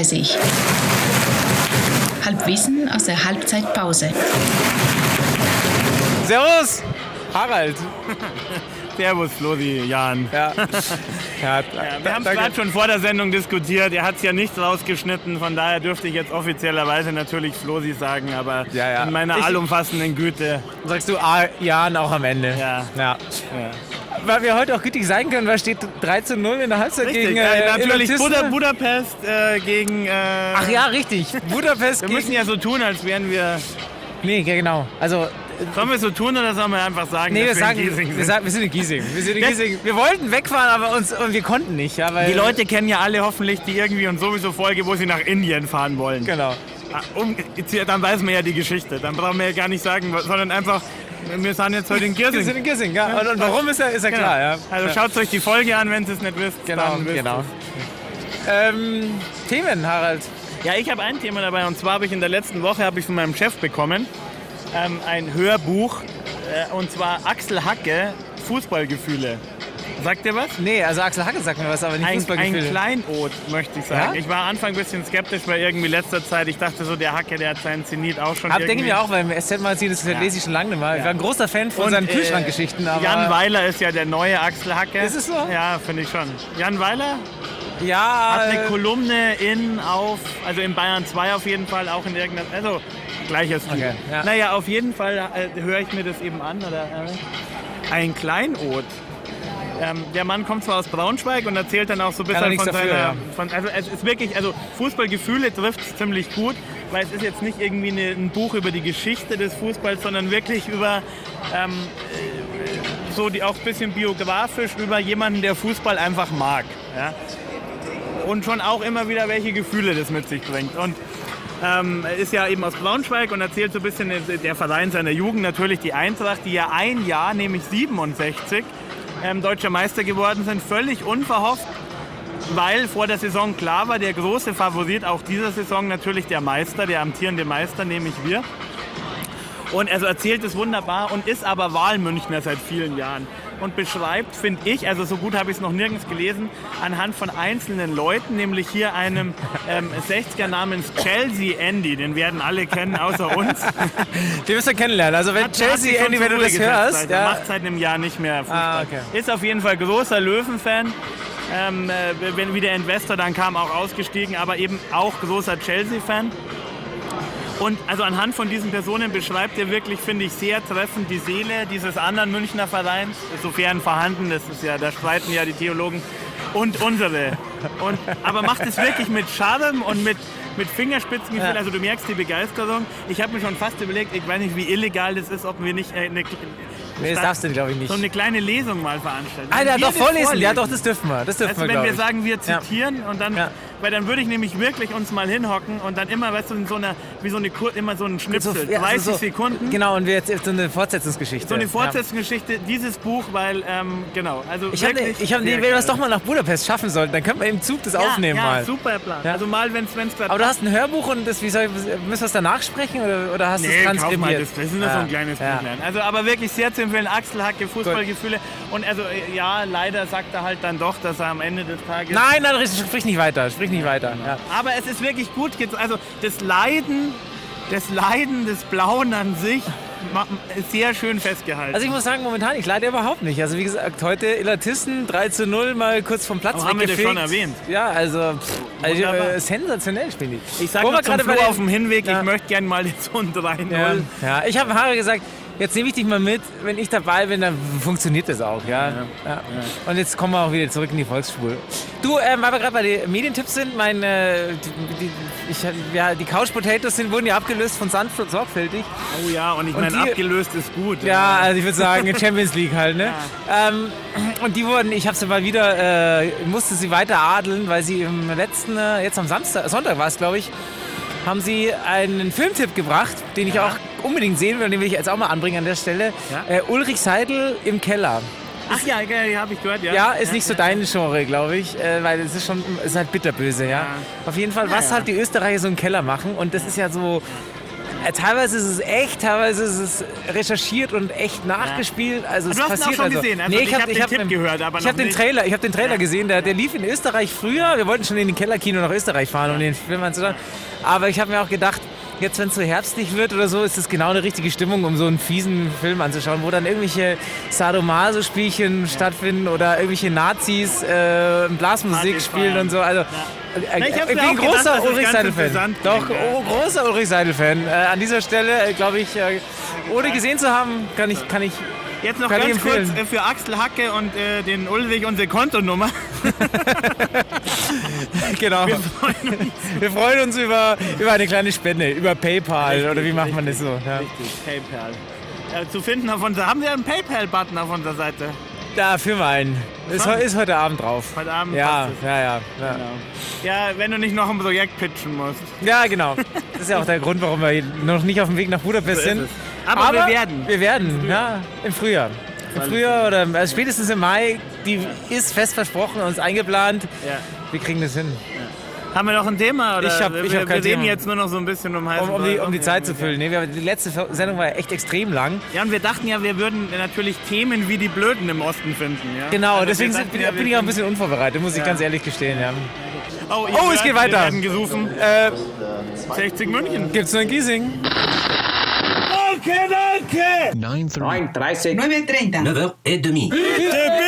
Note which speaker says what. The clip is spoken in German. Speaker 1: Gespräch. Halbwissen aus der Halbzeitpause.
Speaker 2: Servus! Harald!
Speaker 3: Servus, Flosi, Jan.
Speaker 2: Ja. Ja,
Speaker 3: Wir haben es
Speaker 2: danke.
Speaker 3: gerade schon vor der Sendung diskutiert. Ihr habt ja nichts rausgeschnitten. Von daher dürfte ich jetzt offiziellerweise natürlich Flosi sagen, aber
Speaker 2: Ja, ja.
Speaker 3: in meiner
Speaker 2: Ich-
Speaker 3: allumfassenden Güte.
Speaker 2: Sagst du ah, Jan auch am Ende?
Speaker 3: Ja.
Speaker 2: ja.
Speaker 3: Ja.
Speaker 2: Weil wir heute auch gütig sein können, weil steht 3 zu 0 in der Halbzeit gegen
Speaker 3: ja,
Speaker 2: äh,
Speaker 3: natürlich
Speaker 2: Elotisten.
Speaker 3: Buda, Budapest äh, gegen. Äh,
Speaker 2: Ach ja, richtig. Budapest
Speaker 3: Wir
Speaker 2: gegen...
Speaker 3: müssen ja so tun, als wären wir.
Speaker 2: Nee, ja, genau. Also,
Speaker 3: Sollen wir so tun oder sollen wir einfach sagen,
Speaker 2: nee, wir
Speaker 3: dass
Speaker 2: sagen,
Speaker 3: wir in Giesing sind?
Speaker 2: wir, sagen, wir sind in Giesing. Wir sind in
Speaker 3: Ja.
Speaker 2: Giesing. Wir wollten wegfahren, aber uns, und wir konnten nicht. Ja, weil,
Speaker 3: die Leute kennen ja alle hoffentlich die irgendwie und sowieso Folge, wo sie nach Indien fahren wollen.
Speaker 2: Genau.
Speaker 3: Ah, Um, dann weiß man ja die Geschichte. Dann brauchen wir ja gar nicht sagen, sondern einfach, wir sind jetzt heute in
Speaker 2: Wir sind
Speaker 3: Giersing.
Speaker 2: in Giesing, ja. Und, und warum ist ja, ist ja
Speaker 3: Genau.
Speaker 2: klar, ja.
Speaker 3: Also
Speaker 2: ja.
Speaker 3: schaut euch die Folge an, wenn ihr es nicht wisst.
Speaker 2: Genau,
Speaker 3: dann wisst
Speaker 2: genau. Ähm, Themen, Harald.
Speaker 3: ihr's. Ja, ich habe ein Thema dabei und zwar habe ich in der letzten Woche habe ich von meinem Chef bekommen ähm, ein Hörbuch äh, und zwar Axel Hacke Fußballgefühle. Sagt ihr was?
Speaker 2: Nee, also Axel Hacke sagt mir was, aber nicht
Speaker 3: Ein, ein
Speaker 2: Fußballgefühle.
Speaker 3: Kleinod, möchte ich sagen.
Speaker 2: Ja?
Speaker 3: Ich war am Anfang ein bisschen skeptisch, weil irgendwie letzter Zeit, ich dachte so, der Hacke, der hat seinen Zenit auch schon
Speaker 2: Hab,
Speaker 3: irgendwie.
Speaker 2: denke ich mir auch, weil im SZ-Magazin das lese ich schon lange nicht mehr. Ich war ein großer Fan von
Speaker 3: Und,
Speaker 2: seinen
Speaker 3: äh,
Speaker 2: Kühlschrankgeschichten, aber
Speaker 3: Jan Weiler ist ja der neue Axel Hacke.
Speaker 2: Ist es so?
Speaker 3: Ja, finde ich schon. Jan Weiler
Speaker 2: ja,
Speaker 3: hat eine
Speaker 2: äh,
Speaker 3: Kolumne in auf, also in Bayern 2 auf jeden Fall, auch in irgendeiner, also gleiches Typ.
Speaker 2: Okay, ja.
Speaker 3: Naja, auf jeden Fall äh, höre ich mir das eben an. Oder, äh, ein Kleinod. Ähm, der Mann kommt zwar aus Braunschweig und erzählt dann auch so ein
Speaker 2: er
Speaker 3: bisschen
Speaker 2: nichts
Speaker 3: von
Speaker 2: dafür,
Speaker 3: seiner,
Speaker 2: ja.
Speaker 3: von, also es ist wirklich, also Fußballgefühle trifft es ziemlich gut, weil es ist jetzt nicht irgendwie eine, ein Buch über die Geschichte des Fußballs, sondern wirklich über ähm, äh, so die auch ein bisschen biografisch über jemanden, der Fußball einfach mag. Ja? Und schon auch immer wieder, welche Gefühle das mit sich bringt. Und ähm, ist ja eben aus Braunschweig und erzählt so ein bisschen äh, der Verein seiner Jugend, natürlich die Eintracht, die ja ein Jahr, nämlich 67, ähm, deutscher Meister geworden sind, völlig unverhofft, weil vor der Saison klar war, der große Favorit auch dieser Saison natürlich der Meister, der amtierende Meister, nämlich wir. Und also erzählt es wunderbar und ist aber Wahlmünchner seit vielen Jahren. Und beschreibt, finde ich, also so gut habe ich es noch nirgends gelesen, anhand von einzelnen Leuten, nämlich hier einem ähm, 60er namens Chelsea Andy, den werden alle kennen außer uns.
Speaker 2: wir müssen kennenlernen. Also wenn
Speaker 3: Hat- hat sich
Speaker 2: Chelsea,
Speaker 3: schon
Speaker 2: Andy, wenn du
Speaker 3: zur
Speaker 2: das
Speaker 3: Ruhe gesetzt,
Speaker 2: hörst,
Speaker 3: seit-
Speaker 2: ja,
Speaker 3: macht seit einem Jahr nicht mehr Fußball.
Speaker 2: Ah, okay.
Speaker 3: Ist auf jeden Fall großer Löwenfan. Ähm, äh, wenn wieder Investor dann kam, auch ausgestiegen, aber eben auch großer Chelsea-Fan. Und also anhand von diesen Personen beschreibt er wirklich, finde ich, sehr treffend die Seele dieses anderen Münchner Vereins, sofern vorhanden, das ist ja, da streiten ja die Theologen, und unsere. Und, aber macht es wirklich mit Charme und mit, mit Fingerspitzengefühl,
Speaker 2: Ja.
Speaker 3: also du merkst die Begeisterung. Ich habe mir schon fast überlegt, ich weiß nicht, wie illegal das ist, ob wir nicht äh, eine,
Speaker 2: nee, das darfst du, glaube ich, nicht.
Speaker 3: so eine kleine Lesung mal veranstalten.
Speaker 2: ah, der hat
Speaker 3: Wir
Speaker 2: doch
Speaker 3: das
Speaker 2: vorlesen. Ja, doch, das dürfen wir. Das dürfen
Speaker 3: also
Speaker 2: wir,
Speaker 3: wenn
Speaker 2: glaube
Speaker 3: wir
Speaker 2: ich.
Speaker 3: sagen, wir
Speaker 2: Ja.
Speaker 3: zitieren und dann,
Speaker 2: Ja.
Speaker 3: weil dann würde ich nämlich wirklich uns mal hinhocken und dann immer, weißt du, in so einer, wie so eine Kur immer so einen Schnipsel,
Speaker 2: So- ja, also
Speaker 3: 30
Speaker 2: so- so-
Speaker 3: Sekunden.
Speaker 2: Genau, und wir jetzt jetzt so eine Fortsetzungsgeschichte.
Speaker 3: So eine
Speaker 2: Ja.
Speaker 3: Fortsetzungsgeschichte, dieses Buch, weil, ähm, genau, also
Speaker 2: Ich habe,
Speaker 3: wirklich
Speaker 2: ich hab,
Speaker 3: sehr
Speaker 2: wenn wir das
Speaker 3: geil.
Speaker 2: doch mal nach Budapest schaffen sollten, dann könnten wir im Zug das aufnehmen
Speaker 3: ja, ja,
Speaker 2: mal.
Speaker 3: super Plan.
Speaker 2: Ja.
Speaker 3: Also mal, wenn es
Speaker 2: Aber du hast ein Hörbuch und das, wie soll ich, müssen wir es danach sprechen oder, oder hast du es
Speaker 3: Nee, kauf
Speaker 2: transkribiert?
Speaker 3: mal das. Das ist nur so
Speaker 2: Ja,
Speaker 3: ein kleines
Speaker 2: ja.
Speaker 3: Büchlein. Also, aber wirklich sehr zu empfehlen. Axel Hacke, Fußballgefühle. Und also, äh, ja, leider sagt er halt dann doch, dass er am Ende des Tages...
Speaker 2: Nein, nein, richtig, sprich nicht weiter, sprich nicht weiter. Ja.
Speaker 3: Aber es ist wirklich gut. ge- Also das Leiden, das Leiden des Blauen an sich ma- ist sehr schön festgehalten.
Speaker 2: Also ich muss sagen, momentan, ich leide überhaupt nicht. Also wie gesagt, heute Illertissen 3 zu 0 mal kurz vom Platz
Speaker 3: Aber haben wir das
Speaker 2: weggefegt.
Speaker 3: schon erwähnt?
Speaker 2: Ja, also, pff, also
Speaker 3: Wunderbar.
Speaker 2: äh, sensationell spielen die.
Speaker 3: ich sage
Speaker 2: Wo wir
Speaker 3: gerade
Speaker 2: gerade bei
Speaker 3: Flo
Speaker 2: den-
Speaker 3: auf dem Hinweg,
Speaker 2: Ja.
Speaker 3: ich möchte gerne mal so ein 3-0.
Speaker 2: Ja, ja. ich habe Haare gesagt, jetzt nehme ich dich mal mit, wenn ich dabei bin, dann funktioniert das auch, ja. ja, Und jetzt kommen wir auch wieder zurück in die Volksspur. Du, ähm, weil wir gerade bei den Medientipps sind, mein, äh, die, die, ich, hab- ja, die Couch Potatoes sind, wurden ja abgelöst von Sand sorgfältig.
Speaker 3: Oh ja, und ich
Speaker 2: Und
Speaker 3: meine,
Speaker 2: die-
Speaker 3: abgelöst ist gut.
Speaker 2: Ja, also ich würde sagen, Champions League halt, ne? Ähm, und die wurden, ich habe sie mal wieder, äh, musste sie weiter adeln, weil sie im letzten, äh, jetzt am Samstag, Sonntag war es, glaube ich, haben sie einen Filmtipp gebracht, den ich auch unbedingt sehen will und den will ich jetzt auch mal anbringen an der Stelle.
Speaker 3: Ja.
Speaker 2: Äh, Ulrich Seidel im Keller.
Speaker 3: Ach ja, ja, ja habe ich gehört, ja.
Speaker 2: Ja, ist nicht so deine Genre, glaube ich, äh, weil es ist schon, es ist halt bitterböse, ja.
Speaker 3: Ja.
Speaker 2: Auf jeden Fall, was
Speaker 3: Ja, ja.
Speaker 2: halt die Österreicher so im Keller machen und das ist ja so, äh, teilweise ist es echt, teilweise ist es recherchiert und echt nachgespielt. Also
Speaker 3: Aber du
Speaker 2: es
Speaker 3: hast ihn auch
Speaker 2: passiert
Speaker 3: schon
Speaker 2: also.
Speaker 3: gesehen. Also
Speaker 2: nee,
Speaker 3: ich
Speaker 2: ich habe
Speaker 3: hab den Tipp gehört, aber
Speaker 2: ich
Speaker 3: noch
Speaker 2: habe den
Speaker 3: nicht.
Speaker 2: Trailer, ich habe den Trailer gesehen. Der, der lief in Österreich früher. Wir wollten schon in den Kellerkino nach Österreich fahren, um den Film anzuschauen. Aber ich habe mir auch gedacht, jetzt wenn es so herbstlich wird oder so, ist das genau eine richtige Stimmung, um so einen fiesen Film anzuschauen, wo dann irgendwelche Sadomaso-Spielchen stattfinden oder irgendwelche Nazis äh, Blasmusik
Speaker 3: Partys
Speaker 2: spielen
Speaker 3: feiern.
Speaker 2: und so. Also äh,
Speaker 3: Na, ich hab's
Speaker 2: ich bin
Speaker 3: mir auch gedacht,
Speaker 2: großer
Speaker 3: dass es
Speaker 2: Ulrich
Speaker 3: ganz
Speaker 2: Seidel-Fan.
Speaker 3: interessant
Speaker 2: Doch,
Speaker 3: klingt, ja.
Speaker 2: oh, großer Ulrich Seidel-Fan. Äh, an dieser Stelle, äh, glaube ich, äh, ohne gesehen zu haben, kann ich, kann ich
Speaker 3: Jetzt noch
Speaker 2: Kann ich
Speaker 3: ganz kurz
Speaker 2: empfehlen.
Speaker 3: äh, für Axel Hacke und äh, den Ulrich unsere Kontonummer.
Speaker 2: genau. Wir freuen uns, über, über eine kleine Spende, über PayPal
Speaker 3: Richtig,
Speaker 2: Also, oder wie macht man das so? Ja.
Speaker 3: Richtig, PayPal. Äh, zu finden auf unserer. Haben wir einen PayPal-Button auf unserer Seite?
Speaker 2: Da führen wir ein. Ist, heu- ist heute Abend drauf.
Speaker 3: Heute Abend
Speaker 2: Ja,
Speaker 3: passt es. Genau.
Speaker 2: ja, ja, ja.
Speaker 3: Ja, wenn du nicht noch ein Projekt pitchen musst.
Speaker 2: Ja, genau. Das ist ja auch der Grund, warum wir noch nicht auf dem Weg nach Budapest
Speaker 3: So ist
Speaker 2: sind.
Speaker 3: es. Aber wir werden.
Speaker 2: Wir werden, ja, im Frühjahr. Im
Speaker 3: Alles
Speaker 2: Frühjahr oder äh, spätestens im Mai. Die ist fest versprochen, uns eingeplant.
Speaker 3: Ja.
Speaker 2: Wir kriegen das hin.
Speaker 3: Haben wir noch ein Thema? Oder?
Speaker 2: Ich hab- ich
Speaker 3: wir
Speaker 2: hab
Speaker 3: wir
Speaker 2: kein
Speaker 3: reden
Speaker 2: Thema.
Speaker 3: jetzt nur noch so ein bisschen um heißen
Speaker 2: Um, um, die,
Speaker 3: Brei.
Speaker 2: um die
Speaker 3: Okay,
Speaker 2: Zeit zu
Speaker 3: okay.
Speaker 2: füllen. Nee, wir, die letzte Sendung war echt extrem lang.
Speaker 3: Ja, und wir dachten ja, wir würden natürlich Themen wie die Blöden im Osten finden. Ja?
Speaker 2: Genau,
Speaker 3: Also wir
Speaker 2: deswegen
Speaker 3: dachten
Speaker 2: sind, bin,
Speaker 3: ja, wir
Speaker 2: bin ich auch ein
Speaker 3: finden-
Speaker 2: bisschen unvorbereitet, muss ich
Speaker 3: Ja.
Speaker 2: ganz ehrlich gestehen. Ja.
Speaker 3: Oh, ihr
Speaker 2: Oh, es
Speaker 3: hört,
Speaker 2: geht
Speaker 3: wir
Speaker 2: weiter.
Speaker 3: Werden gerufen.
Speaker 2: Äh,
Speaker 3: 60 München.
Speaker 2: gibt's nur in Giesing?
Speaker 3: Danke, danke!
Speaker 4: 9.30.
Speaker 5: 9.30.
Speaker 6: et demi.
Speaker 3: Bitte,